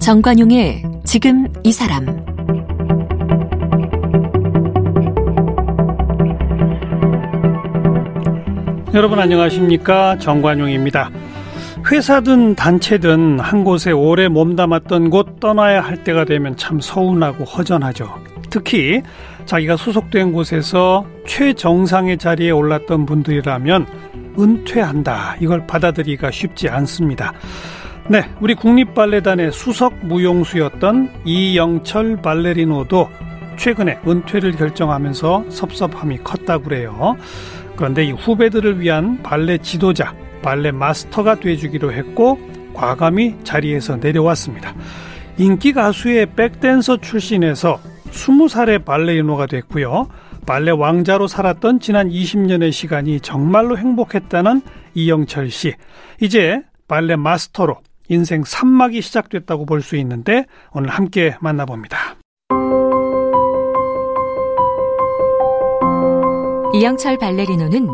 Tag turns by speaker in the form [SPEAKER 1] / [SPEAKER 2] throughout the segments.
[SPEAKER 1] 정관용의 지금 이 사람
[SPEAKER 2] 여러분 안녕하십니까 정관용입니다. 회사든 단체든 한 곳에 오래 몸담았던 곳 떠나야 할 때가 되면 참 서운하고 허전하죠. 특히 자기가 소속된 곳에서 최정상의 자리에 올랐던 분들이라면 은퇴한다 이걸 받아들이기가 쉽지 않습니다. 네, 우리 국립발레단의 수석 무용수였던 이영철 발레리노도 최근에 은퇴를 결정하면서 섭섭함이 컸다고 그래요. 그런데 이 후배들을 위한 발레 지도자, 발레 마스터가 돼주기로 했고 과감히 자리에서 내려왔습니다. 인기 가수의 백댄서 출신에서 20살의 발레리노가 됐고요. 발레 왕자로 살았던 지난 20년의 시간이 정말로 행복했다는 이영철 씨. 이제 발레 마스터로 인생 3막이 시작됐다고 볼 수 있는데 오늘 함께 만나봅니다.
[SPEAKER 1] 이영철 발레리노는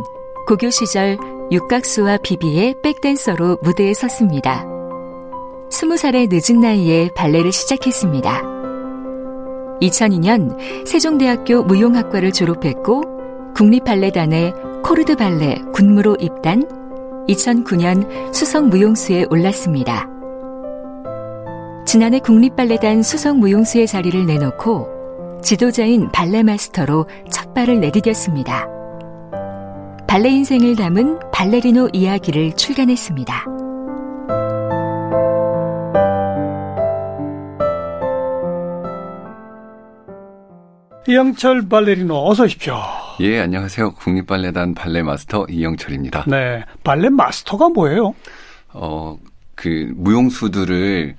[SPEAKER 1] 고교 시절 육각수와 비비의 백댄서로 무대에 섰습니다. 스무 살의 늦은 나이에 발레를 시작했습니다. 2002년 세종대학교 무용학과를 졸업했고 국립발레단의 코르드 발레 군무로 입단 2009년 수석 무용수에 올랐습니다. 지난해 국립발레단 수석 무용수의 자리를 내놓고 지도자인 발레 마스터로 첫 발을 내디뎠습니다. 발레 인생을 담은 발레리노 이야기를 출간했습니다.
[SPEAKER 2] 이영철 발레리노 어서 오십시오.
[SPEAKER 3] 예, 안녕하세요. 국립발레단 발레 마스터 이영철입니다.
[SPEAKER 2] 네, 발레 마스터가 뭐예요?
[SPEAKER 3] 어, 그 무용수들을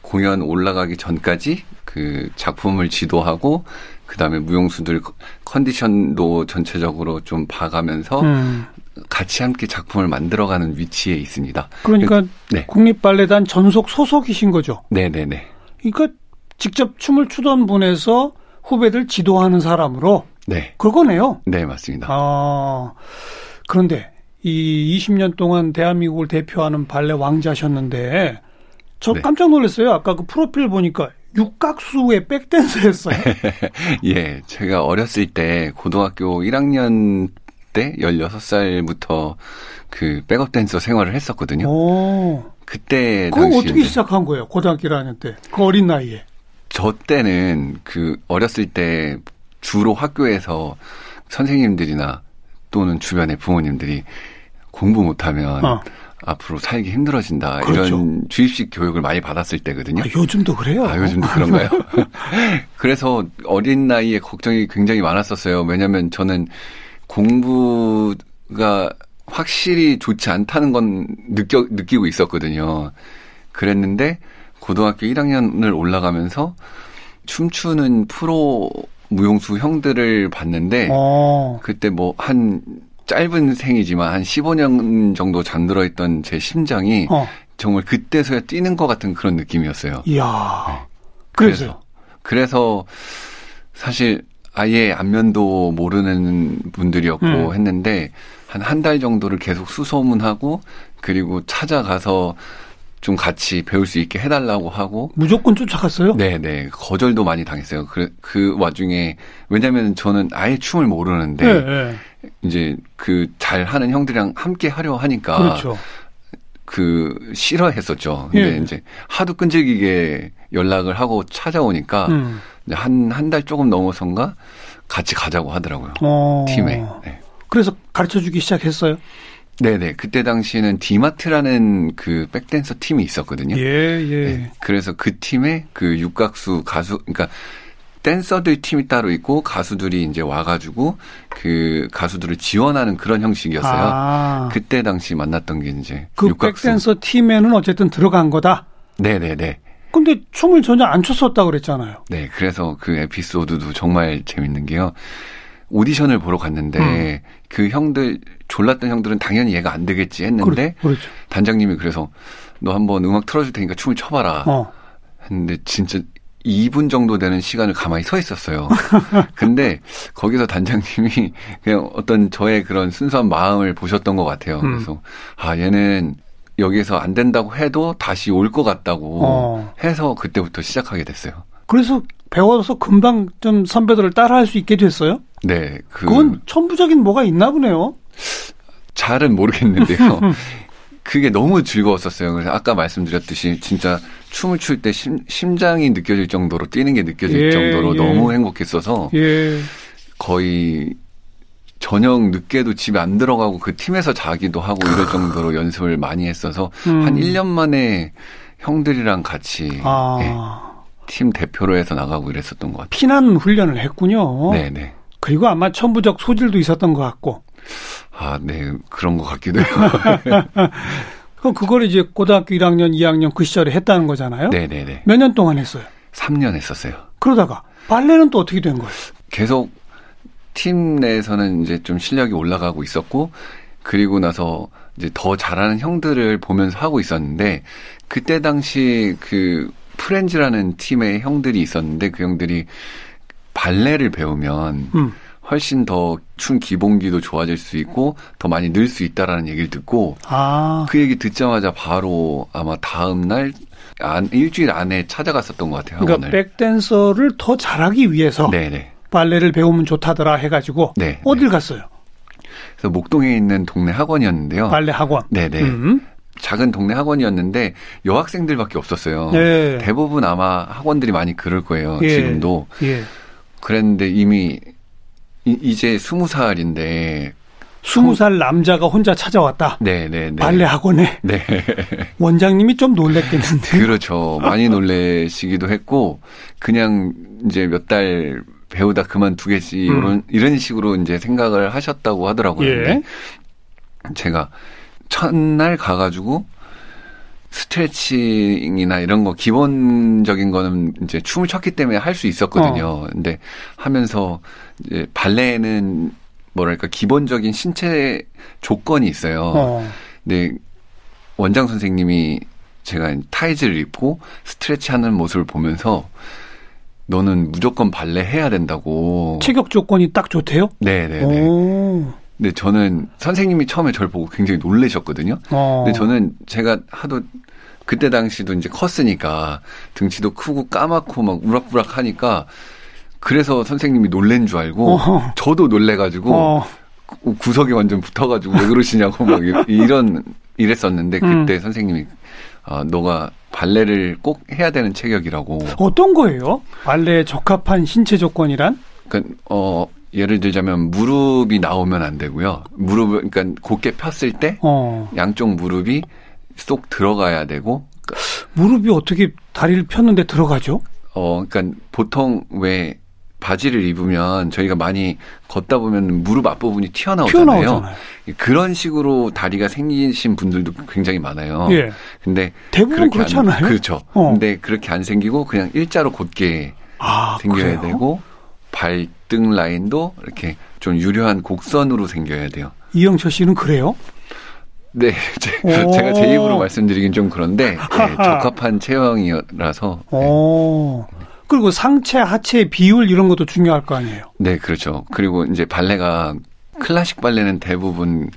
[SPEAKER 3] 공연 올라가기 전까지 그 작품을 지도하고 그다음에 무용수들 컨디션도 전체적으로 좀 봐가면서
[SPEAKER 2] 음,
[SPEAKER 3] 같이 함께 작품을 만들어가는 위치에 있습니다.
[SPEAKER 2] 그러니까
[SPEAKER 3] 네,
[SPEAKER 2] 국립발레단 전속 소속이신 거죠.
[SPEAKER 3] 네, 네, 네,
[SPEAKER 2] 이거 직접 춤을 추던 분에서 후배들 지도하는 사람으로
[SPEAKER 3] 네,
[SPEAKER 2] 그거네요.
[SPEAKER 3] 네 맞습니다.
[SPEAKER 2] 아 그런데 이 20년 동안 대한민국을 대표하는 발레 왕자셨는데 저
[SPEAKER 3] 네.
[SPEAKER 2] 깜짝 놀랐어요. 아까 그 프로필 보니까 육각수의 백댄서였어요.
[SPEAKER 3] 예, 제가 어렸을 때 고등학교 1학년 때 16살부터 그 백업 댄서 생활을 했었거든요.
[SPEAKER 2] 오,
[SPEAKER 3] 네. 그때
[SPEAKER 2] 어? 그거
[SPEAKER 3] 당시
[SPEAKER 2] 어떻게
[SPEAKER 3] 이제
[SPEAKER 2] 시작한 거예요? 고등학교 1학년 때. 그 어린 나이에.
[SPEAKER 3] 저 때는 그 어렸을 때 주로 학교에서 선생님들이나 또는 주변의 부모님들이 공부 못하면
[SPEAKER 2] 어.
[SPEAKER 3] 앞으로 살기 힘들어진다
[SPEAKER 2] 그렇죠.
[SPEAKER 3] 이런 주입식 교육을 많이 받았을 때거든요.
[SPEAKER 2] 아, 요즘도 그래요.
[SPEAKER 3] 네. 아, 요즘도 그런가요? 그래서 어린 나이에 걱정이 굉장히 많았었어요. 왜냐면 저는 공부가 확실히 좋지 않다는 건 느껴, 느끼고 있었거든요. 그랬는데 고등학교 1학년을 올라가면서 춤추는 프로 무용수 형들을 봤는데
[SPEAKER 2] 어,
[SPEAKER 3] 그때 뭐 한 짧은 생이지만 한 15년 정도 잠들어 있던 제 심장이
[SPEAKER 2] 어,
[SPEAKER 3] 정말 그때서야 뛰는 것 같은 그런 느낌이었어요. 네.
[SPEAKER 2] 이야. 그래서요.
[SPEAKER 3] 그래서 사실 아예 안면도 모르는 분들이었고
[SPEAKER 2] 음.
[SPEAKER 3] 했는데 한 한 달 정도를 계속 수소문하고 그리고 찾아가서 좀 같이 배울 수 있게 해달라고 하고
[SPEAKER 2] 무조건 쫓아갔어요?
[SPEAKER 3] 네네 거절도 많이 당했어요. 그, 그 와중에 왜냐면 저는 아예 춤을 모르는데
[SPEAKER 2] 예, 예.
[SPEAKER 3] 이제 그 잘하는 형들이랑 함께 하려 하니까
[SPEAKER 2] 그렇죠.
[SPEAKER 3] 그 싫어했었죠. 근데
[SPEAKER 2] 예.
[SPEAKER 3] 이제 하도 끈질기게 연락을 하고 찾아오니까
[SPEAKER 2] 음.
[SPEAKER 3] 한 한 달 조금 넘어선가 같이 가자고 하더라고요.
[SPEAKER 2] 어.
[SPEAKER 3] 팀에. 네.
[SPEAKER 2] 그래서 가르쳐 주기 시작했어요.
[SPEAKER 3] 네네. 그때 당시에는 디마트라는 그 백댄서 팀이 있었거든요.
[SPEAKER 2] 예, 예.
[SPEAKER 3] 네. 그래서 그 팀에 그 육각수 가수, 그러니까 댄서들 팀이 따로 있고 가수들이 이제 와가지고 그 가수들을 지원하는 그런 형식이었어요.
[SPEAKER 2] 아, 그,
[SPEAKER 3] 그때 당시 만났던 게 이제 육각수.
[SPEAKER 2] 백댄서 팀에는 어쨌든 들어간 거다.
[SPEAKER 3] 네네네.
[SPEAKER 2] 근데 춤을 전혀 안 췄었다고 그랬잖아요.
[SPEAKER 3] 네, 그래서 그 에피소드도 정말 재밌는 게요. 오디션을 보러
[SPEAKER 2] 음.
[SPEAKER 3] 갔는데 그 형들 졸랐던 형들은 당연히 얘가 안 되겠지 했는데
[SPEAKER 2] 그렇- 그렇죠.
[SPEAKER 3] 단장님이 그래서 너 한번 음악 틀어줄 테니까 춤을 춰봐라
[SPEAKER 2] 어.
[SPEAKER 3] 했는데 진짜 2분 정도 되는 시간을 가만히 서 있었어요. 근데 거기서 단장님이 그냥 어떤 저의 그런 순수한 마음을 보셨던 것 같아요.
[SPEAKER 2] 음.
[SPEAKER 3] 그래서 아 얘는 여기에서 안 된다고 해도 다시 올 것 같다고
[SPEAKER 2] 어.
[SPEAKER 3] 해서 그때부터 시작하게 됐어요.
[SPEAKER 2] 그래서 배워서 금방 좀 선배들을 따라할 수 있게 됐어요?
[SPEAKER 3] 네, 그
[SPEAKER 2] 그건 천부적인 뭐가 있나 보네요.
[SPEAKER 3] 잘은 모르겠는데요. 그게 너무 즐거웠었어요. 그래서 아까 말씀드렸듯이 진짜 춤을 출 때 심장이 느껴질 정도로 뛰는 게 느껴질
[SPEAKER 2] 예,
[SPEAKER 3] 정도로
[SPEAKER 2] 예.
[SPEAKER 3] 너무 행복했어서 네.
[SPEAKER 2] 예.
[SPEAKER 3] 거의 저녁 늦게도 집에 안 들어가고 그 팀에서 자기도 하고 이럴 정도로 연습을 많이 했어서
[SPEAKER 2] 음.
[SPEAKER 3] 한 1년 만에 형들이랑 같이
[SPEAKER 2] 아,
[SPEAKER 3] 예, 팀 대표로 해서 나가고 이랬었던 것 같아요.
[SPEAKER 2] 피난 훈련을 했군요.
[SPEAKER 3] 네네.
[SPEAKER 2] 그리고 아마 천부적 소질도 있었던 것 같고.
[SPEAKER 3] 아, 네. 그런 것 같기도 해요.
[SPEAKER 2] 그럼 그걸 이제 고등학교 1학년, 2학년 그 시절에 했다는 거잖아요.
[SPEAKER 3] 네네네.
[SPEAKER 2] 몇 년 동안 했어요.
[SPEAKER 3] 3년 했었어요.
[SPEAKER 2] 그러다가 발레는 또 어떻게 된 거예요?
[SPEAKER 3] 계속 팀 내에서는 이제 좀 실력이 올라가고 있었고 그리고 나서 이제 더 잘하는 형들을 보면서 하고 있었는데 그때 당시 그 프렌즈라는 팀의 형들이 있었는데 그 형들이 발레를 배우면
[SPEAKER 2] 음.
[SPEAKER 3] 훨씬 더 춤 기본기도 좋아질 수 있고 더 많이 늘 수 있다라는 얘기를 듣고
[SPEAKER 2] 아,
[SPEAKER 3] 그 얘기 듣자마자 바로 아마 다음 날 안, 일주일 안에 찾아갔었던 것 같아요
[SPEAKER 2] 그러니까
[SPEAKER 3] 학원을.
[SPEAKER 2] 백댄서를 더 잘하기 위해서
[SPEAKER 3] 네네.
[SPEAKER 2] 발레를 배우면 좋다더라 해가지고
[SPEAKER 3] 네,
[SPEAKER 2] 어딜 갔어요?
[SPEAKER 3] 그래서 목동에 있는 동네 학원이었는데요.
[SPEAKER 2] 발레 학원.
[SPEAKER 3] 어. 네네.
[SPEAKER 2] 음.
[SPEAKER 3] 작은 동네 학원이었는데 여학생들밖에 없었어요.
[SPEAKER 2] 예.
[SPEAKER 3] 대부분 아마 학원들이 많이 그럴 거예요.
[SPEAKER 2] 예.
[SPEAKER 3] 어, 지금도.
[SPEAKER 2] 예.
[SPEAKER 3] 그랬는데 이미 이, 제 스무 살인데
[SPEAKER 2] 스무 살 남자가 혼자 찾아왔다.
[SPEAKER 3] 네네네.
[SPEAKER 2] 발레 학원에
[SPEAKER 3] 네.
[SPEAKER 2] 원장님이 좀 놀랬겠는데.
[SPEAKER 3] 그렇죠. 많이 놀래시기도 했고 그냥 이제 몇 달 배우다 그만두겠지 이런 이런 식으로 이제 생각을 하셨다고 하더라고요.
[SPEAKER 2] 음. 예.
[SPEAKER 3] 근데 제가 첫날 가가지고 스트레칭이나 이런 거 기본적인 거는 이제 춤을 췄기 때문에 할 수 있었거든요. 근데 하면서 이제 발레는 뭐랄까 기본적인 신체 조건이 있어요.
[SPEAKER 2] 어.
[SPEAKER 3] 근데 원장 선생님이 제가 타이즈를 입고 스트레치하는 모습을 보면서 너는 무조건 발레 해야 된다고.
[SPEAKER 2] 체격 조건이 딱 좋대요.
[SPEAKER 3] 네네네.
[SPEAKER 2] 오.
[SPEAKER 3] 근데 저는 선생님이 처음에 저를 보고 굉장히 놀라셨거든요.
[SPEAKER 2] 어.
[SPEAKER 3] 근데 저는 제가 하도 그때 당시도 이제 컸으니까 등치도 크고 까맣고 막 우락부락 하니까 그래서 선생님이 놀란 줄 알고
[SPEAKER 2] 어허.
[SPEAKER 3] 저도 놀래가지고
[SPEAKER 2] 어.
[SPEAKER 3] 구- 구석에 완전 붙어가지고 왜 그러시냐고 막 이- 이런 이랬었는데
[SPEAKER 2] 음.
[SPEAKER 3] 그때 선생님이 아 너가 발레를 꼭 해야 되는 체격이라고.
[SPEAKER 2] 어떤 거예요? 발레에 적합한 신체 조건이란?
[SPEAKER 3] 그러니까 어 예를 들자면 무릎이 나오면 안 되고요. 무릎을 그러니까 곧게 폈을 때
[SPEAKER 2] 어.
[SPEAKER 3] 양쪽 무릎이 쏙 들어가야 되고
[SPEAKER 2] 무릎이 어떻게 다리를 폈는데 들어가죠?
[SPEAKER 3] 어, 그러니까 보통 왜 바지를 입으면 저희가 많이 걷다 보면 무릎 앞부분이 튀어나오잖아요.
[SPEAKER 2] 튀어나오잖아요.
[SPEAKER 3] 그런 식으로 다리가 생기신 분들도 굉장히 많아요.
[SPEAKER 2] 예.
[SPEAKER 3] 근데
[SPEAKER 2] 대부분
[SPEAKER 3] 그렇게 안-
[SPEAKER 2] 그렇잖아요.
[SPEAKER 3] 그렇죠.
[SPEAKER 2] 어.
[SPEAKER 3] 근데 그렇게 안 생기고 그냥 일자로 곧게
[SPEAKER 2] 아, 그래요?
[SPEAKER 3] 생겨야 되고 발등 라인도 이렇게 좀 유려한 곡선으로 생겨야 돼요.
[SPEAKER 2] 이영철 씨는 그래요?
[SPEAKER 3] 네, 제,
[SPEAKER 2] 오.
[SPEAKER 3] 가제 입으로 말씀드리긴 좀 그런데 네, 적합한 체형이라서 네.
[SPEAKER 2] 어. 그리고 상체, 하체 비율 이런 것도 중요할 거 아니에요.
[SPEAKER 3] 네, 그렇죠. 그리고 이제 발레가 클래식 발레는 대부분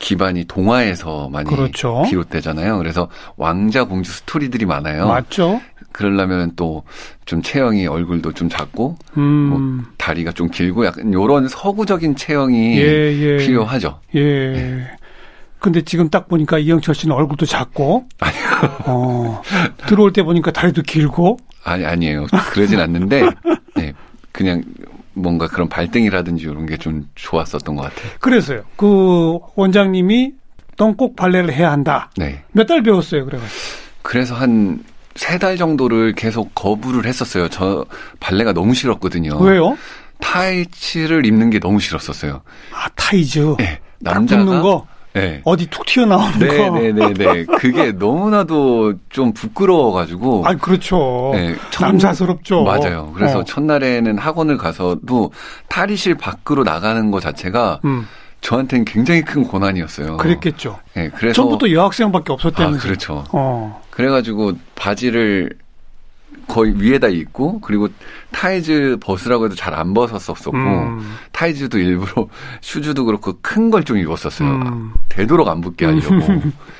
[SPEAKER 3] 기반이 동화에서 많이
[SPEAKER 2] 그렇죠.
[SPEAKER 3] 비롯되잖아요. 그래서 왕자 공주 스토리들이 많아요.
[SPEAKER 2] 맞죠?
[SPEAKER 3] 그러려면 또 좀 체형이 얼굴도 좀 작고 뭐
[SPEAKER 2] 음.
[SPEAKER 3] 다리가 좀 길고 약간 요런 서구적인 체형이
[SPEAKER 2] 예, 예.
[SPEAKER 3] 필요하죠.
[SPEAKER 2] 예. 근데 지금 딱 보니까 이영철 씨는 얼굴도 작고, 어, 들어올 때 보니까 다리도 길고,
[SPEAKER 3] 아니 아니에요. 그러진 않는데 네, 그냥 뭔가 그런 발등이라든지 이런 게 좀 좋았었던 것 같아요.
[SPEAKER 2] 그래서요. 그 원장님이 넌 꼭 발레를 해야 한다.
[SPEAKER 3] 네.
[SPEAKER 2] 몇 달 배웠어요, 그래가지고.
[SPEAKER 3] 그래서 한 세 달 정도를 계속 거부를 했었어요. 저 발레가 너무 싫었거든요.
[SPEAKER 2] 왜요?
[SPEAKER 3] 타이츠를 입는 게 너무 싫었었어요.
[SPEAKER 2] 아, 타이즈.
[SPEAKER 3] 네,
[SPEAKER 2] 딱
[SPEAKER 3] 남자가
[SPEAKER 2] 붙는 거,
[SPEAKER 3] 네.
[SPEAKER 2] 어디 툭 튀어나오는 거.
[SPEAKER 3] 네네네네. 그게 너무나도 좀 부끄러워가지고.
[SPEAKER 2] 아, 그렇죠.
[SPEAKER 3] 네, 첫-
[SPEAKER 2] 남사스럽죠.
[SPEAKER 3] 맞아요. 그래서
[SPEAKER 2] 어.
[SPEAKER 3] 첫날에는 학원을 가서도 탈의실 밖으로 나가는 것 자체가
[SPEAKER 2] 음,
[SPEAKER 3] 저한테는 굉장히 큰 고난이었어요.
[SPEAKER 2] 그랬겠죠.
[SPEAKER 3] 네, 그래서
[SPEAKER 2] 전부터 여학생밖에 어,
[SPEAKER 3] 아
[SPEAKER 2] 없었다면서.
[SPEAKER 3] 그렇죠.
[SPEAKER 2] 어.
[SPEAKER 3] 그래가지고 바지를 거의 위에다 입고 그리고 타이즈 벗으라고 해도 잘 안 벗었었었고
[SPEAKER 2] 음.
[SPEAKER 3] 타이즈도 일부러 슈즈도 그렇고 큰 걸 좀 입었었어요.
[SPEAKER 2] 음.
[SPEAKER 3] 되도록 안 붙게 하려고.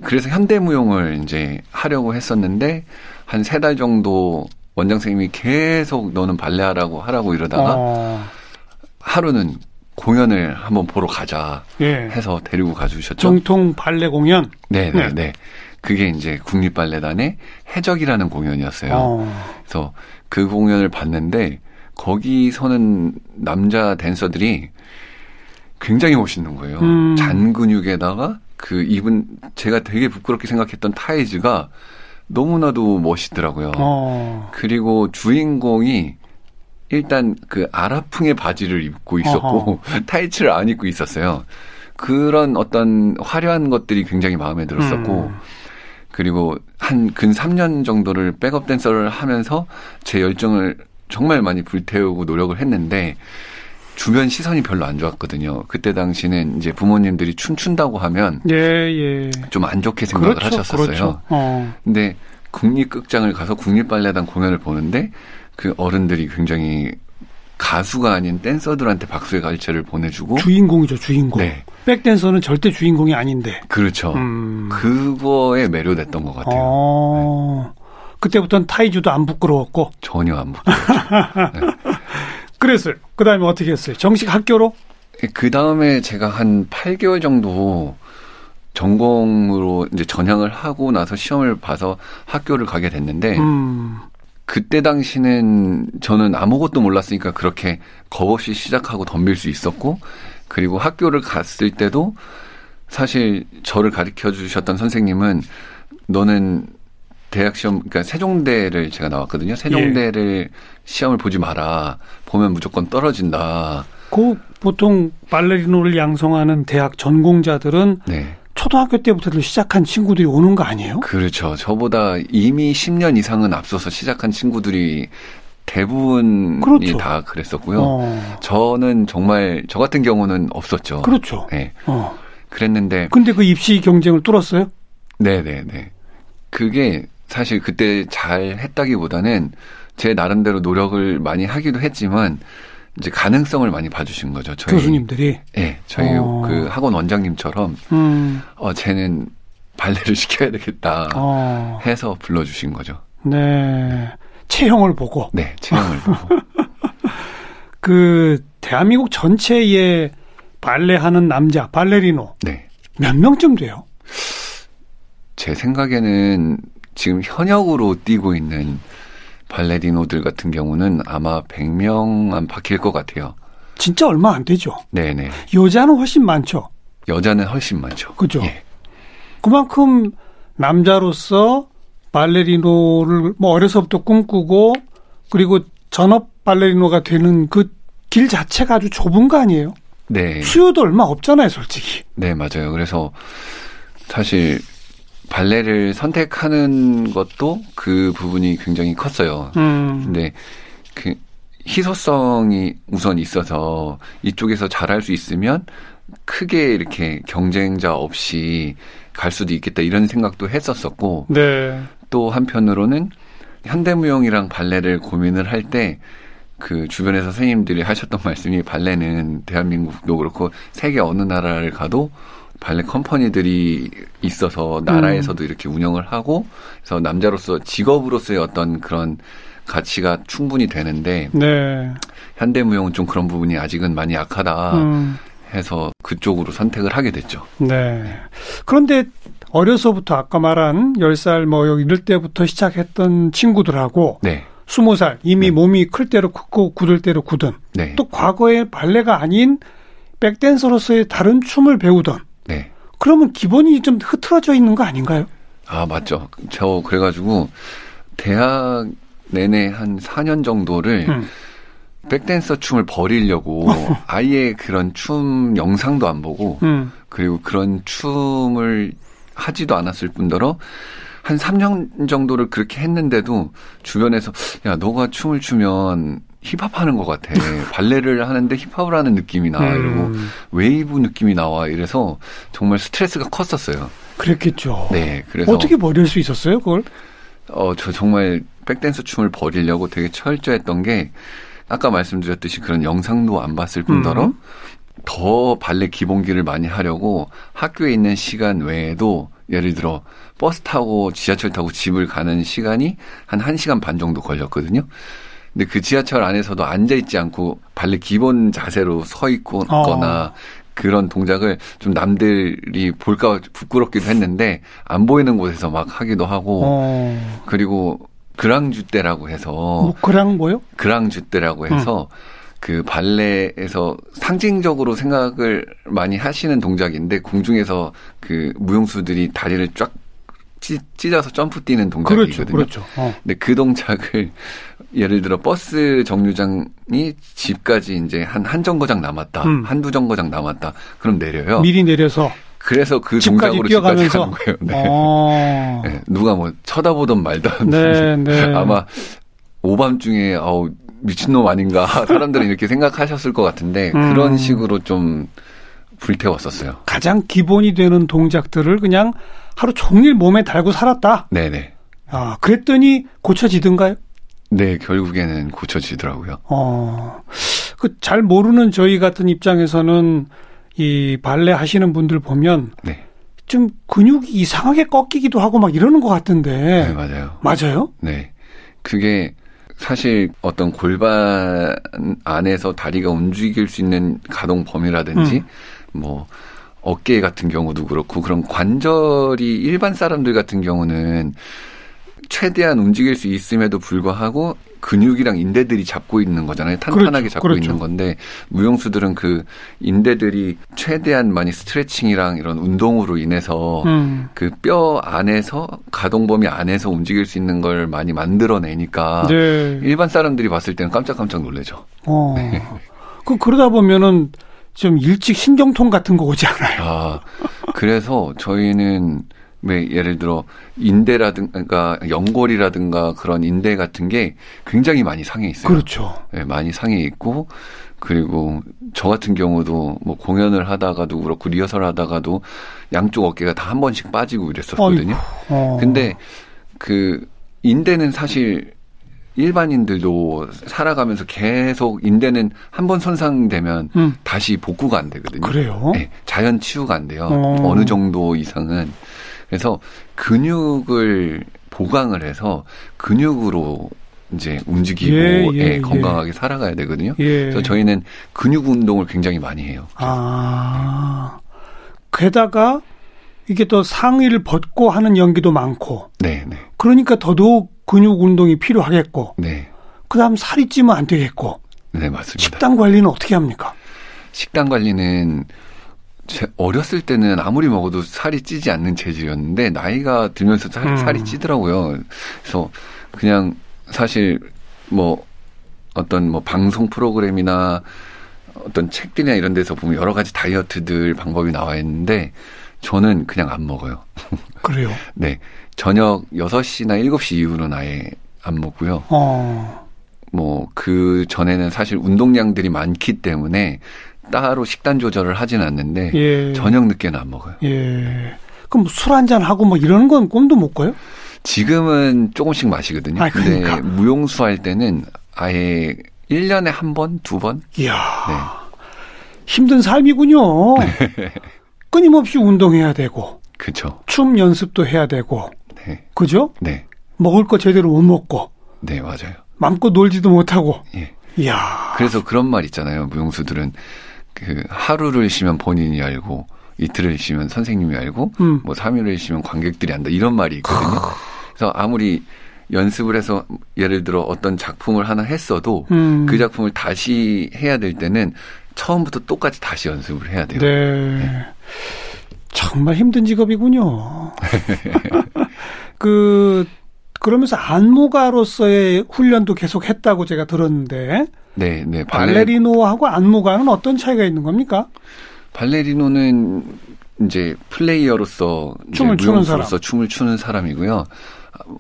[SPEAKER 3] 그래서 현대무용을 이제 하려고 했었는데 한 세 달 정도 원장 선생님이 계속 너는 발레하라고 하라고 이러다가
[SPEAKER 2] 어,
[SPEAKER 3] 하루는 공연을 한번 보러 가자
[SPEAKER 2] 예.
[SPEAKER 3] 해서 데리고 가주셨죠.
[SPEAKER 2] 정통 발레 공연.
[SPEAKER 3] 네네네.
[SPEAKER 2] 네.
[SPEAKER 3] 그게 이제 국립발레단의 해적이라는 공연이었어요.
[SPEAKER 2] 어.
[SPEAKER 3] 그래서 그 공연을 봤는데 거기서는 남자 댄서들이 굉장히 멋있는 거예요.
[SPEAKER 2] 음.
[SPEAKER 3] 잔 근육에다가 그 입은 제가 되게 부끄럽게 생각했던 타이즈가 너무나도 멋있더라고요.
[SPEAKER 2] 어.
[SPEAKER 3] 그리고 주인공이 일단 그 아랍풍의 바지를 입고 있었고 타이츠를 안 입고 있었어요. 그런 어떤 화려한 것들이 굉장히 마음에 들었었고
[SPEAKER 2] 음.
[SPEAKER 3] 그리고 한 근 3년 정도를 백업 댄서를 하면서 제 열정을 정말 많이 불태우고 노력을 했는데 주변 시선이 별로 안 좋았거든요. 그때 당시는 이제 부모님들이 춤춘다고 하면
[SPEAKER 2] 예, 예.
[SPEAKER 3] 좀 안 좋게 생각을
[SPEAKER 2] 그렇죠.
[SPEAKER 3] 하셨었어요.
[SPEAKER 2] 그렇죠. 어.
[SPEAKER 3] 근데 국립극장을 가서 국립발레단 공연을 보는데 그 어른들이 굉장히 가수가 아닌 댄서들한테 박수의 갈채를 보내주고
[SPEAKER 2] 주인공이죠, 주인공.
[SPEAKER 3] 뭐? 네
[SPEAKER 2] 백댄서는 절대 주인공이 아닌데.
[SPEAKER 3] 그렇죠
[SPEAKER 2] 음.
[SPEAKER 3] 그거에 매료됐던 것 같아요
[SPEAKER 2] 어. 그때부터는 타이즈도 안 부끄러웠고.
[SPEAKER 3] 전혀 안 붙죠
[SPEAKER 2] 그랬어요. 그 다음에 어떻게 했어요? 정식 학교로?
[SPEAKER 3] 그 다음에 제가 한 8개월 정도 전공으로 이제 전향을 하고 나서 시험을 봐서 학교를 가게 됐는데
[SPEAKER 2] 음.
[SPEAKER 3] 그때 당시는 저는 아무것도 몰랐으니까 그렇게 겁 없이 시작하고 덤빌 수 있었고 그리고 학교를 갔을 때도 사실 저를 가르쳐 주셨던 선생님은 너는 대학 시험 그러니까 세종대를 제가 나왔거든요. 세종대를 시험을 보지 마라. 보면 무조건 떨어진다.
[SPEAKER 2] 그 보통 발레리노를 양성하는 대학 전공자들은
[SPEAKER 3] 네.
[SPEAKER 2] 초등학교 때부터 시작한 친구들이 오는 거 아니에요?
[SPEAKER 3] 그렇죠. 저보다 이미 10년 이상은 앞서서 시작한 친구들이 대부분이
[SPEAKER 2] 그렇죠.
[SPEAKER 3] 다 그랬었고요.
[SPEAKER 2] 어.
[SPEAKER 3] 저는 정말 저 같은 경우는 없었죠.
[SPEAKER 2] 그렇죠.
[SPEAKER 3] 네.
[SPEAKER 2] 어.
[SPEAKER 3] 그랬는데
[SPEAKER 2] 근데 그 입시 경쟁을 뚫었어요?
[SPEAKER 3] 네네네 그게 사실 그때 잘 했다기보다는 제 나름대로 노력을 많이 하기도 했지만 이제 가능성을 많이 봐주신 거죠 저희
[SPEAKER 2] 교수님들이.
[SPEAKER 3] 네, 저희
[SPEAKER 2] 어.
[SPEAKER 3] 그 학원 원장님처럼
[SPEAKER 2] 음.
[SPEAKER 3] 어 쟤는 발레를 시켜야 되겠다
[SPEAKER 2] 어.
[SPEAKER 3] 해서 불러주신 거죠
[SPEAKER 2] 네. 체형을 보고
[SPEAKER 3] 네 체험을 보고
[SPEAKER 2] 그 대한민국 전체에 발레하는 남자 발레리노
[SPEAKER 3] 네제
[SPEAKER 2] 몇 명쯤 돼요?
[SPEAKER 3] 생각에는 지금 현역으로 뛰고 있는 발레리노들 같은 경우는 아마 100명 안 박힐 것 같아요.
[SPEAKER 2] 진짜 얼마 안 되죠.
[SPEAKER 3] 네네.
[SPEAKER 2] 여자는 훨씬 많죠.
[SPEAKER 3] 여자는 훨씬 많죠.
[SPEAKER 2] 그죠?
[SPEAKER 3] 예.
[SPEAKER 2] 그만큼 남자로서 발레리노를 뭐 어려서부터 꿈꾸고 그리고 전업 발레리노가 되는 그 길 자체가 아주 좁은 거 아니에요?
[SPEAKER 3] 네.
[SPEAKER 2] 수요도 얼마 없잖아요, 솔직히.
[SPEAKER 3] 네, 맞아요. 그래서 사실 발레를 선택하는 것도 그 부분이 굉장히 컸어요.
[SPEAKER 2] 음.
[SPEAKER 3] 근데 그 희소성이 우선 있어서 이쪽에서 잘할 수 있으면 크게 이렇게 경쟁자 없이 갈 수도 있겠다 이런 생각도 했었었고
[SPEAKER 2] 네.
[SPEAKER 3] 또 한편으로는 현대무용이랑 발레를 고민을 할 때 그 주변에서 선생님들이 하셨던 말씀이 발레는 대한민국도 그렇고 세계 어느 나라를 가도 발레 컴퍼니들이 있어서 나라에서도
[SPEAKER 2] 음.
[SPEAKER 3] 이렇게 운영을 하고 그래서 남자로서 직업으로서의 어떤 그런 가치가 충분히 되는데
[SPEAKER 2] 네.
[SPEAKER 3] 현대무용은 좀 그런 부분이 아직은 많이 약하다
[SPEAKER 2] 음.
[SPEAKER 3] 해서 그쪽으로 선택을 하게 됐죠.
[SPEAKER 2] 네. 그런데 어려서부터 아까 말한 10살 뭐 이럴 때부터 시작했던 친구들하고
[SPEAKER 3] 네.
[SPEAKER 2] 20살 이미
[SPEAKER 3] 네.
[SPEAKER 2] 몸이 클 대로 크고 굳을 대로 굳은
[SPEAKER 3] 네.
[SPEAKER 2] 또 과거에 발레가 아닌 백댄서로서의 다른 춤을 배우던
[SPEAKER 3] 네.
[SPEAKER 2] 그러면 기본이 좀 흐트러져 있는 거 아닌가요?
[SPEAKER 3] 아, 맞죠. 저 그래가지고 대학 내내 한 4년 정도를
[SPEAKER 2] 음.
[SPEAKER 3] 백댄서 춤을 버리려고 아예 그런 춤 영상도 안 보고
[SPEAKER 2] 음.
[SPEAKER 3] 그리고 그런 춤을 하지도 않았을 뿐더러 한 3년 정도를 그렇게 했는데도 주변에서 야, 너가 춤을 추면 힙합 하는 것 같아. 발레를 하는데 힙합을 하는 느낌이 나. 이러고
[SPEAKER 2] 음.
[SPEAKER 3] 웨이브 느낌이 나와. 이래서 정말 스트레스가 컸었어요.
[SPEAKER 2] 그랬겠죠.
[SPEAKER 3] 네. 그래서
[SPEAKER 2] 어떻게 버릴 수 있었어요, 그걸?
[SPEAKER 3] 어, 저 정말 백댄스 춤을 버리려고 되게 철저했던 게 아까 말씀드렸듯이 그런 영상도 안 봤을 뿐더러
[SPEAKER 2] 음.
[SPEAKER 3] 더 발레 기본기를 많이 하려고 학교에 있는 시간 외에도 예를 들어 버스 타고 지하철 타고 집을 가는 시간이 한 1시간 반 정도 걸렸거든요. 근데 그 지하철 안에서도 앉아 있지 않고 발레 기본 자세로 서
[SPEAKER 2] 어.
[SPEAKER 3] 있거나 그런 동작을 좀 남들이 볼까 부끄럽기도 했는데 안 보이는 곳에서 막 하기도 하고
[SPEAKER 2] 어.
[SPEAKER 3] 그리고 그랑주 때라고 해서
[SPEAKER 2] 무크랑 뭐요?
[SPEAKER 3] 그랑주 때라고 해서 그 발레에서 상징적으로 생각을 많이 하시는 동작인데 공중에서 그 무용수들이 다리를 쫙 찢, 찢어서 점프 뛰는
[SPEAKER 2] 그렇죠,
[SPEAKER 3] 동작이거든요.
[SPEAKER 2] 그렇죠. 어.
[SPEAKER 3] 근데 그 동작을 예를 들어 버스 정류장이 집까지 이제 한 한 정거장 남았다,
[SPEAKER 2] 음.
[SPEAKER 3] 한두 정거장 남았다. 그럼 내려요.
[SPEAKER 2] 미리 내려서
[SPEAKER 3] 그래서 그
[SPEAKER 2] 집까지
[SPEAKER 3] 동작으로 집까지
[SPEAKER 2] 뛰어가면서.
[SPEAKER 3] 가는 거예요. 네.
[SPEAKER 2] 어.
[SPEAKER 3] 예, 누가 뭐 쳐다보던 말도 안
[SPEAKER 2] 네, 네.
[SPEAKER 3] 아마 오밤중에 아우 미친놈 아닌가 사람들은 이렇게 생각하셨을 것 같은데
[SPEAKER 2] 음.
[SPEAKER 3] 그런 식으로 좀 불태웠었어요.
[SPEAKER 2] 가장 기본이 되는 동작들을 그냥 하루 종일 몸에 달고 살았다.
[SPEAKER 3] 네네.
[SPEAKER 2] 아, 그랬더니 고쳐지던가요?
[SPEAKER 3] 네 결국에는 고쳐지더라고요.
[SPEAKER 2] 어, 그 잘 모르는 저희 같은 입장에서는 이 발레 하시는 분들 보면
[SPEAKER 3] 네,
[SPEAKER 2] 좀 근육이 이상하게 꺾이기도 하고 막 이러는 것
[SPEAKER 3] 네,
[SPEAKER 2] 같은데
[SPEAKER 3] 맞아요.
[SPEAKER 2] 맞아요?
[SPEAKER 3] 네 그게 사실 어떤 골반 안에서 다리가 움직일 수 있는 가동 범위라든지
[SPEAKER 2] 음.
[SPEAKER 3] 뭐 어깨 같은 경우도 그렇고 그런 관절이 일반 사람들 같은 경우는 최대한 움직일 수 있음에도 불구하고 근육이랑 인대들이 잡고 있는 거잖아요. 탄탄하게
[SPEAKER 2] 그렇죠,
[SPEAKER 3] 잡고
[SPEAKER 2] 그렇죠.
[SPEAKER 3] 있는 건데 무용수들은 그 인대들이 최대한 많이 스트레칭이랑 이런 운동으로 인해서
[SPEAKER 2] 음.
[SPEAKER 3] 그 뼈 안에서 가동 범위 안에서 움직일 수 있는 걸 많이 만들어내니까
[SPEAKER 2] 네.
[SPEAKER 3] 일반 사람들이 봤을 때는 깜짝깜짝 놀래죠.
[SPEAKER 2] 어.
[SPEAKER 3] 네.
[SPEAKER 2] 그 그러다 보면은 좀 일찍 신경통 같은 거 오지 않아요?
[SPEAKER 3] 아 그래서 저희는 왜 예를 들어 인대라든가 연골이라든가 그런 인대 같은 게 굉장히 많이 상해 있어요.
[SPEAKER 2] 그렇죠.
[SPEAKER 3] 예, 많이 상해 있고 그리고 저 같은 경우도 뭐 공연을 하다가도 그렇고 리허설 하다가도 양쪽 어깨가 다 한 번씩 빠지고 이랬었거든요.
[SPEAKER 2] 어.
[SPEAKER 3] 근데 그 인대는 사실 일반인들도 살아가면서 계속 인대는 한 번 손상되면
[SPEAKER 2] 음.
[SPEAKER 3] 다시 복구가 안 되거든요.
[SPEAKER 2] 그래요?
[SPEAKER 3] 네, 자연 치유가 안 돼요.
[SPEAKER 2] 어.
[SPEAKER 3] 어. 느 정도 이상은. 그래서 근육을 보강을 해서 근육으로 이제 움직이고
[SPEAKER 2] 예, 예,
[SPEAKER 3] 예,
[SPEAKER 2] 예.
[SPEAKER 3] 건강하게 살아가야 되거든요.
[SPEAKER 2] 예.
[SPEAKER 3] 그래서 저희는 근육 운동을 굉장히 많이 해요.
[SPEAKER 2] 아. 게다가 이게 또 상의를 벗고 하는 연기도 많고
[SPEAKER 3] 네, 네,
[SPEAKER 2] 그러니까 더더욱 근육 운동이 필요하겠고
[SPEAKER 3] 네,
[SPEAKER 2] 그다음 살이 찌면 안 되겠고
[SPEAKER 3] 네 맞습니다.
[SPEAKER 2] 식단 관리는 어떻게 합니까?
[SPEAKER 3] 식단 관리는 제 어렸을 때는 아무리 먹어도 살이 찌지 않는 체질이었는데 나이가 들면서 살,
[SPEAKER 2] 음.
[SPEAKER 3] 살이 찌더라고요. 그래서 그냥 사실 뭐 어떤 뭐 방송 프로그램이나 어떤 책들이나 이런 데서 보면 여러 가지 다이어트들 방법이 나와 있는데 저는 그냥 안 먹어요.
[SPEAKER 2] 그래요.
[SPEAKER 3] 네. 저녁 6시나 7시 이후로는 아예 안 먹고요.
[SPEAKER 2] 어.
[SPEAKER 3] 뭐 그 전에는 사실 운동량들이 많기 때문에 따로 식단 조절을 하진 않는데
[SPEAKER 2] 예.
[SPEAKER 3] 저녁 늦게는 안 먹어요.
[SPEAKER 2] 예. 그럼 술 한잔 하고 뭐 이러는 건 꿈도 못 꿔요?
[SPEAKER 3] 지금은 조금씩 마시거든요.
[SPEAKER 2] 아,
[SPEAKER 3] 근데
[SPEAKER 2] 그러니까.
[SPEAKER 3] 무용수 할 때는 아예 1년에 한 번, 두 번?
[SPEAKER 2] 이야.
[SPEAKER 3] 네.
[SPEAKER 2] 아. 힘든 삶이군요. 끊임없이 운동해야 되고
[SPEAKER 3] 그쵸.
[SPEAKER 2] 춤 연습도 해야 되고
[SPEAKER 3] 네.
[SPEAKER 2] 그죠?
[SPEAKER 3] 네.
[SPEAKER 2] 먹을 거 제대로 못 먹고
[SPEAKER 3] 네, 맞아요.
[SPEAKER 2] 맘껏 놀지도 못하고
[SPEAKER 3] 예.
[SPEAKER 2] 이야.
[SPEAKER 3] 그래서 그런 말 있잖아요. 무용수들은 그 하루를 쉬면 본인이 알고 이틀을 쉬면 선생님이 알고
[SPEAKER 2] 음.
[SPEAKER 3] 뭐 3일을 쉬면 관객들이 안다 이런 말이 있거든요. 그래서 아무리 연습을 해서 예를 들어 어떤 작품을 하나 했어도
[SPEAKER 2] 음.
[SPEAKER 3] 그 작품을 다시 해야 될 때는 처음부터 똑같이 다시 연습을 해야 돼요.
[SPEAKER 2] 네. 정말 힘든 직업이군요. 그 그러면서 안무가로서의 훈련도 계속 했다고 제가 들었는데
[SPEAKER 3] 네, 네. 발레,
[SPEAKER 2] 발레리노하고 안무가는 어떤 차이가 있는 겁니까?
[SPEAKER 3] 발레리노는 이제 플레이어로서 이제
[SPEAKER 2] 춤을 추는
[SPEAKER 3] 무용수로서
[SPEAKER 2] 사람.
[SPEAKER 3] 춤을 추는 사람이고요.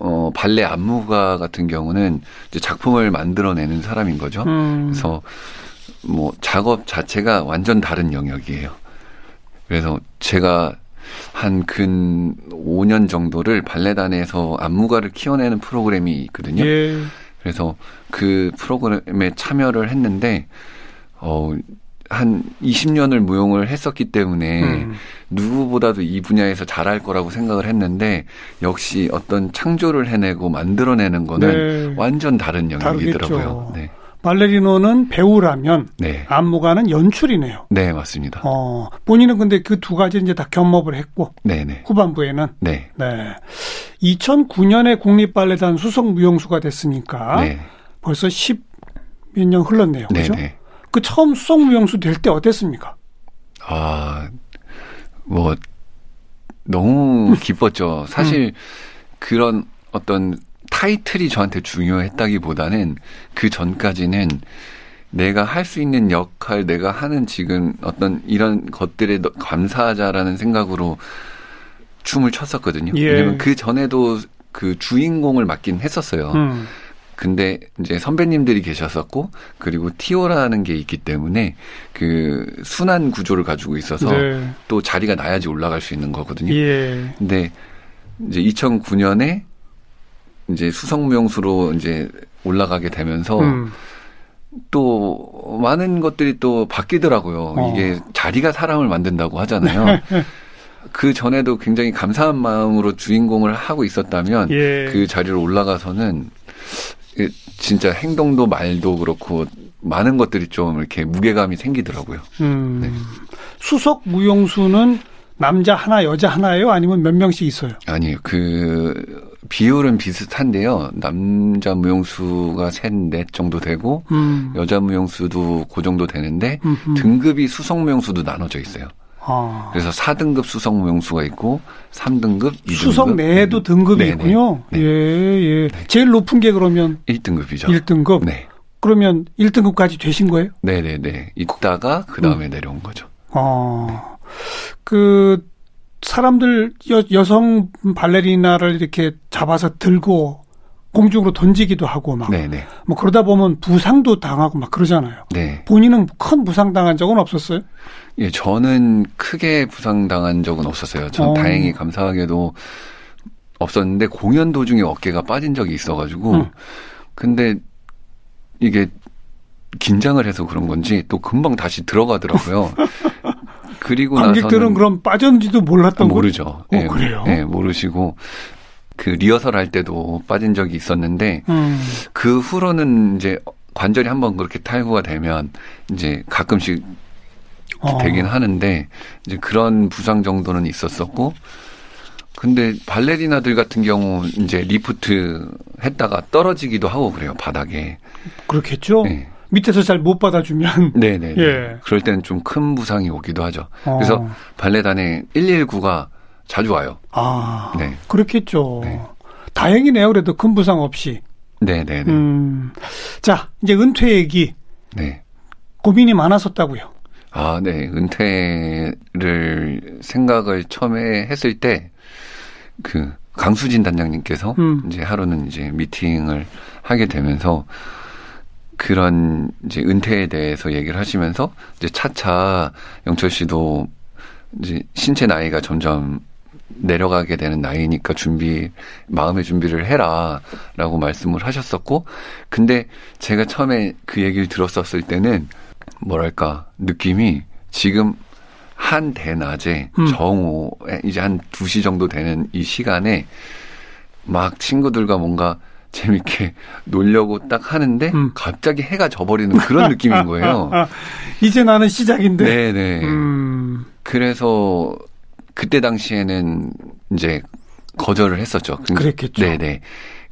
[SPEAKER 3] 어, 발레 안무가 같은 경우는 이제 작품을 만들어내는 사람인 거죠.
[SPEAKER 2] 음.
[SPEAKER 3] 그래서 뭐 작업 자체가 완전 다른 영역이에요. 그래서 제가 한 근 5년 정도를 발레단에서 안무가를 키워내는 프로그램이 있거든요.
[SPEAKER 2] 예.
[SPEAKER 3] 그래서 그 프로그램에 참여를 했는데 어, 어한 20년을 무용을 했었기 때문에
[SPEAKER 2] 음.
[SPEAKER 3] 누구보다도 이 분야에서 잘할 거라고 생각을 했는데 역시 어떤 창조를 해내고 만들어내는 거는
[SPEAKER 2] 네.
[SPEAKER 3] 완전 다른
[SPEAKER 2] 다르겠죠.
[SPEAKER 3] 영역이더라고요. 네.
[SPEAKER 2] 발레리노는 배우라면
[SPEAKER 3] 네.
[SPEAKER 2] 안무가는 연출이네요.
[SPEAKER 3] 네, 맞습니다.
[SPEAKER 2] 어, 본인은 근데 그 두 가지 이제 다 겸업을 했고
[SPEAKER 3] 네, 네.
[SPEAKER 2] 후반부에는
[SPEAKER 3] 네.
[SPEAKER 2] 네. 2009년에 국립발레단 수석 무용수가 됐으니까
[SPEAKER 3] 네.
[SPEAKER 2] 벌써 10 몇 년 흘렀네요.
[SPEAKER 3] 네,
[SPEAKER 2] 그죠?
[SPEAKER 3] 네.
[SPEAKER 2] 그 처음 수석 무용수 될 때 어땠습니까?
[SPEAKER 3] 아, 뭐, 너무 기뻤죠. 사실, 그런 어떤 타이틀이 저한테 중요했다기 보다는 그 전까지는 내가 할 수 있는 역할, 내가 하는 지금 어떤 이런 것들에 너- 감사하자라는 생각으로 춤을 췄었거든요.
[SPEAKER 2] 예.
[SPEAKER 3] 왜냐면 그 전에도 그 주인공을 맡긴 했었어요.
[SPEAKER 2] 음.
[SPEAKER 3] 근데 이제 선배님들이 계셨었고 그리고 티오라는 게 있기 때문에 그 순환 구조를 가지고 있어서
[SPEAKER 2] 네.
[SPEAKER 3] 또 자리가 나야지 올라갈 수 있는 거거든요.
[SPEAKER 2] 예.
[SPEAKER 3] 근데 이제 2009년에 이제 수성무용수로 이제 올라가게 되면서
[SPEAKER 2] 음.
[SPEAKER 3] 또 많은 것들이 또 바뀌더라고요.
[SPEAKER 2] 어.
[SPEAKER 3] 이게 자리가 사람을 만든다고 하잖아요. 그 전에도 굉장히 감사한 마음으로 주인공을 하고 있었다면
[SPEAKER 2] 예.
[SPEAKER 3] 그 자리로 올라가서는 예, 진짜 행동도 말도 그렇고 많은 것들이 좀 이렇게 무게감이 생기더라고요.
[SPEAKER 2] 음.
[SPEAKER 3] 네.
[SPEAKER 2] 수석 무용수는 남자 하나, 여자 하나예요? 아니면 몇 명씩 있어요?
[SPEAKER 3] 아니요, 그 비율은 비슷한데요. 남자 무용수가 셋, 넷 정도 되고
[SPEAKER 2] 음.
[SPEAKER 3] 여자 무용수도 그 정도 되는데
[SPEAKER 2] 음, 음.
[SPEAKER 3] 등급이 수성 무용수도 나눠져 있어요.
[SPEAKER 2] 아.
[SPEAKER 3] 그래서 4등급 수성 무용수가 있고 3등급, 2등급,
[SPEAKER 2] 수석 내에도 등급이 있군요.
[SPEAKER 3] 네.
[SPEAKER 2] 예, 예. 제일 높은 게 그러면
[SPEAKER 3] 1등급이죠.
[SPEAKER 2] 1등급.
[SPEAKER 3] 네.
[SPEAKER 2] 그러면 1등급까지 되신 거예요?
[SPEAKER 3] 네, 네, 네. 있다가 그다음에 내려온 거죠.
[SPEAKER 2] 어. 그 사람들 여, 여성 발레리나를 이렇게 잡아서 들고 공중으로 던지기도 하고 막 뭐
[SPEAKER 3] 네, 네.
[SPEAKER 2] 그러다 보면 부상도 당하고 막 그러잖아요.
[SPEAKER 3] 네.
[SPEAKER 2] 본인은 큰 부상 당한 적은 없었어요?
[SPEAKER 3] 예, 저는 크게 부상당한 적은 없었어요. 전
[SPEAKER 2] 어.
[SPEAKER 3] 다행히 감사하게도 없었는데 공연 도중에 어깨가 빠진 적이 있어가지고
[SPEAKER 2] 음.
[SPEAKER 3] 근데 이게 긴장을 해서 그런 건지 또 금방 다시 들어가더라고요. 그리고
[SPEAKER 2] 관객들은
[SPEAKER 3] 나서는
[SPEAKER 2] 그럼 빠졌는지도 몰랐던 거
[SPEAKER 3] 모르죠.
[SPEAKER 2] 어, 그래요?
[SPEAKER 3] 예, 모르시고 그 리허설 할 때도 빠진 적이 있었는데
[SPEAKER 2] 음.
[SPEAKER 3] 그 후로는 이제 관절이 한번 그렇게 탈구가 되면 이제 가끔씩
[SPEAKER 2] 어.
[SPEAKER 3] 되긴 하는데 이제 그런 부상 정도는 있었었고 근데 발레리나들 같은 경우 이제 리프트 했다가 떨어지기도 하고 그래요 바닥에
[SPEAKER 2] 그렇겠죠.
[SPEAKER 3] 네.
[SPEAKER 2] 밑에서 잘 못 받아주면
[SPEAKER 3] 네네
[SPEAKER 2] 어? 예.
[SPEAKER 3] 그럴 때는 좀 큰 부상이 오기도 하죠
[SPEAKER 2] 어.
[SPEAKER 3] 그래서 발레단에 119가 자주 와요
[SPEAKER 2] 아
[SPEAKER 3] 네.
[SPEAKER 2] 그렇겠죠.
[SPEAKER 3] 네.
[SPEAKER 2] 다행이네요. 그래도 큰 부상 없이.
[SPEAKER 3] 네네네
[SPEAKER 2] 음. 자 이제 은퇴 얘기
[SPEAKER 3] 네아네
[SPEAKER 2] 고민이 많았었다고요.
[SPEAKER 3] 아, 네. 은퇴를 생각을 처음에 했을 때 그 강수진 단장님께서
[SPEAKER 2] 음.
[SPEAKER 3] 이제 하루는 이제 미팅을 하게 되면서 그런 이제 은퇴에 대해서 얘기를 하시면서 이제 차차 영철 씨도 이제 신체 나이가 점점 내려가게 되는 나이니까 준비 마음의 준비를 해라라고 말씀을 하셨었고 근데 제가 처음에 그 얘기를 들었었을 때는 뭐랄까 느낌이 지금 한 대낮에
[SPEAKER 2] 음.
[SPEAKER 3] 정오에 이제 한 2시 정도 되는 이 시간에 막 친구들과 뭔가 재밌게 놀려고 딱 하는데
[SPEAKER 2] 음.
[SPEAKER 3] 갑자기 해가 져버리는 그런 느낌인 거예요.
[SPEAKER 2] 아, 이제 나는 시작인데.
[SPEAKER 3] 네, 네.
[SPEAKER 2] 음.
[SPEAKER 3] 그래서 그때 당시에는 이제 거절을 했었죠. 근데-
[SPEAKER 2] 그랬겠죠.
[SPEAKER 3] 네네.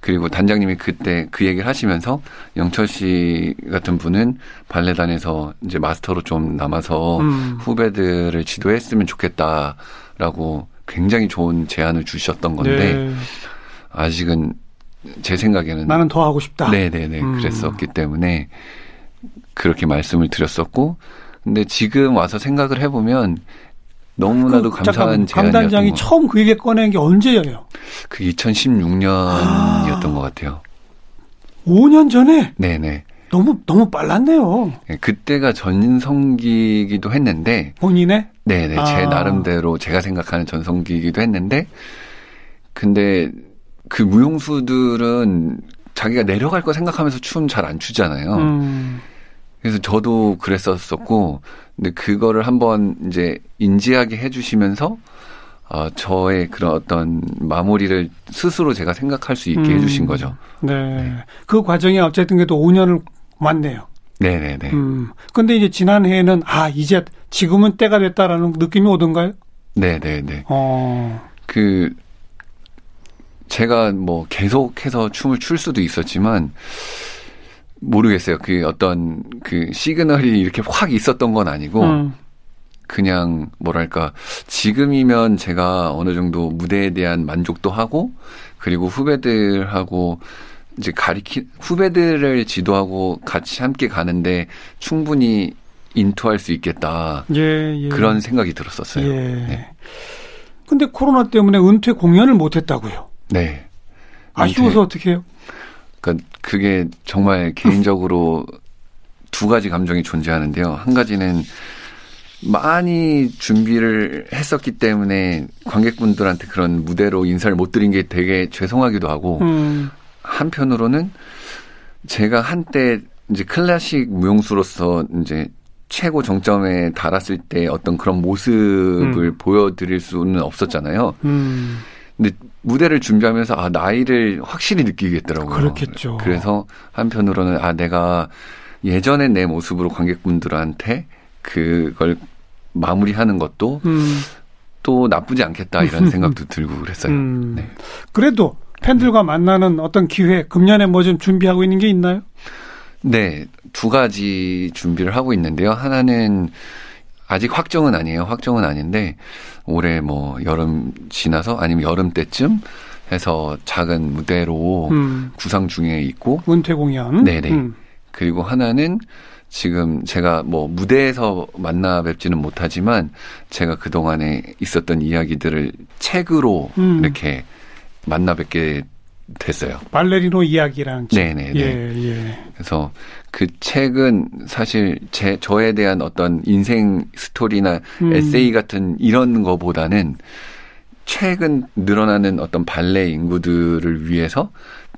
[SPEAKER 3] 그리고 단장님이 그때 그 얘기를 하시면서 영철 씨 같은 분은 발레단에서 이제 마스터로 좀 남아서
[SPEAKER 2] 음.
[SPEAKER 3] 후배들을 지도했으면 좋겠다라고 굉장히 좋은 제안을 주셨던 건데
[SPEAKER 2] 네.
[SPEAKER 3] 아직은 제 생각에는
[SPEAKER 2] 나는 더 하고 싶다.
[SPEAKER 3] 네네네
[SPEAKER 2] 음.
[SPEAKER 3] 그랬었기 때문에 그렇게 말씀을 드렸었고 근데 지금 와서 생각을 해보면 너무나도
[SPEAKER 2] 그, 잠깐만,
[SPEAKER 3] 감사한 제안이었던
[SPEAKER 2] 강단장이
[SPEAKER 3] 거.
[SPEAKER 2] 처음 그 얘기 꺼낸 게 언제예요? 아.
[SPEAKER 3] 그 2016년이었던 것 같아요.
[SPEAKER 2] 5년 전에
[SPEAKER 3] 네네
[SPEAKER 2] 너무 너무 빨랐네요.
[SPEAKER 3] 예, 그때가 전성기이기도 했는데
[SPEAKER 2] 본인의
[SPEAKER 3] 네네 제
[SPEAKER 2] 아.
[SPEAKER 3] 나름대로 제가 생각하는 전성기이기도 했는데 근데 그 무용수들은 자기가 내려갈 거 생각하면서 춤 잘 안 추잖아요.
[SPEAKER 2] 음,
[SPEAKER 3] 그래서 저도 그랬었었고 근데 그거를 한번 이제 인지하게 해주시면서 어, 저의 그런 어떤 마무리를 스스로 제가 생각할 수 있게
[SPEAKER 2] 음.
[SPEAKER 3] 해주신 거죠.
[SPEAKER 2] 네. 그 과정에 어쨌든 그래도 5년을 왔네요.
[SPEAKER 3] 네네네.
[SPEAKER 2] 음. 근데 이제 지난해에는 아, 이제 지금은 때가 됐다라는 느낌이 오던가요?
[SPEAKER 3] 네네네.
[SPEAKER 2] 어.
[SPEAKER 3] 그 제가 뭐 계속해서 춤을 출 수도 있었지만 모르겠어요. 그 어떤 그 시그널이 이렇게 확 있었던 건 아니고
[SPEAKER 2] 음.
[SPEAKER 3] 그냥 뭐랄까 지금이면 제가 어느 정도 무대에 대한 만족도 하고 그리고 후배들하고 이제 가리키 후배들을 지도하고 같이 함께 가는데 충분히 인투할 수 있겠다
[SPEAKER 2] 예, 예.
[SPEAKER 3] 그런 생각이 들었었어요.
[SPEAKER 2] 예.
[SPEAKER 3] 네.
[SPEAKER 2] 근데 코로나 때문에 은퇴 공연을 못 했다고요.
[SPEAKER 3] 네.
[SPEAKER 2] 아쉬워서 어떻게 해요?
[SPEAKER 3] 그러니까 그게 정말 개인적으로 두 가지 감정이 존재하는데요. 한 가지는 많이 준비를 했었기 때문에 관객분들한테 그런 무대로 인사를 못 드린 게 되게 죄송하기도 하고
[SPEAKER 2] 음.
[SPEAKER 3] 한편으로는 제가 한때 이제 클래식 무용수로서 이제 최고 정점에 달았을 때 어떤 그런 모습을 보여드릴 수는 없었잖아요.
[SPEAKER 2] 음.
[SPEAKER 3] 근데 무대를 준비하면서 아 나이를 확실히 느끼겠더라고요.
[SPEAKER 2] 그렇겠죠.
[SPEAKER 3] 그래서 한편으로는 아 내가 예전의 내 모습으로 관객분들한테 그걸 마무리하는 것도
[SPEAKER 2] 음.
[SPEAKER 3] 또 나쁘지 않겠다 이런 생각도 들고 그랬어요.
[SPEAKER 2] 음.
[SPEAKER 3] 네.
[SPEAKER 2] 그래도 팬들과 만나는 어떤 기회, 금년에 뭐 좀 준비하고 있는 게 있나요?
[SPEAKER 3] 네, 두 가지 준비를 하고 있는데요. 하나는 아직 확정은 아니에요. 확정은 아닌데 올해 뭐 여름 지나서 아니면 여름 때쯤 해서 작은 무대로
[SPEAKER 2] 음.
[SPEAKER 3] 구상 중에 있고
[SPEAKER 2] 은퇴 공연.
[SPEAKER 3] 뭐. 네네.
[SPEAKER 2] 음.
[SPEAKER 3] 그리고 하나는 지금 제가 뭐 무대에서 만나 뵙지는 못하지만 제가 그동안에 있었던 이야기들을 책으로
[SPEAKER 2] 음.
[SPEAKER 3] 이렇게 만나 뵙게 됐어요.
[SPEAKER 2] 발레리노 이야기라는 책.
[SPEAKER 3] 네네네.
[SPEAKER 2] 예, 예.
[SPEAKER 3] 그래서 그 책은 사실 제 저에 대한 어떤 인생 스토리나
[SPEAKER 2] 음.
[SPEAKER 3] 에세이 같은 이런 거보다는 최근 늘어나는 어떤 발레 인구들을 위해서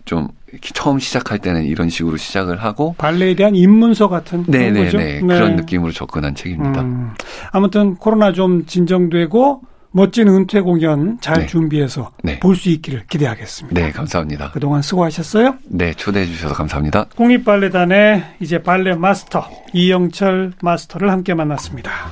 [SPEAKER 3] 좀 이렇게 처음 시작할 때는 이런 식으로 시작을 하고
[SPEAKER 2] 발레에 대한 입문서 같은 그런 거죠?
[SPEAKER 3] 네네네 그런
[SPEAKER 2] 네.
[SPEAKER 3] 느낌으로 접근한 책입니다.
[SPEAKER 2] 음, 아무튼 코로나 좀 진정되고 멋진 은퇴 공연 잘
[SPEAKER 3] 네.
[SPEAKER 2] 준비해서
[SPEAKER 3] 네.
[SPEAKER 2] 볼 수 있기를 기대하겠습니다.
[SPEAKER 3] 네 감사합니다.
[SPEAKER 2] 그동안 수고하셨어요.
[SPEAKER 3] 네 초대해 주셔서 감사합니다.
[SPEAKER 2] 국립발레단의 이제 발레 마스터 이영철 마스터를 함께 만났습니다.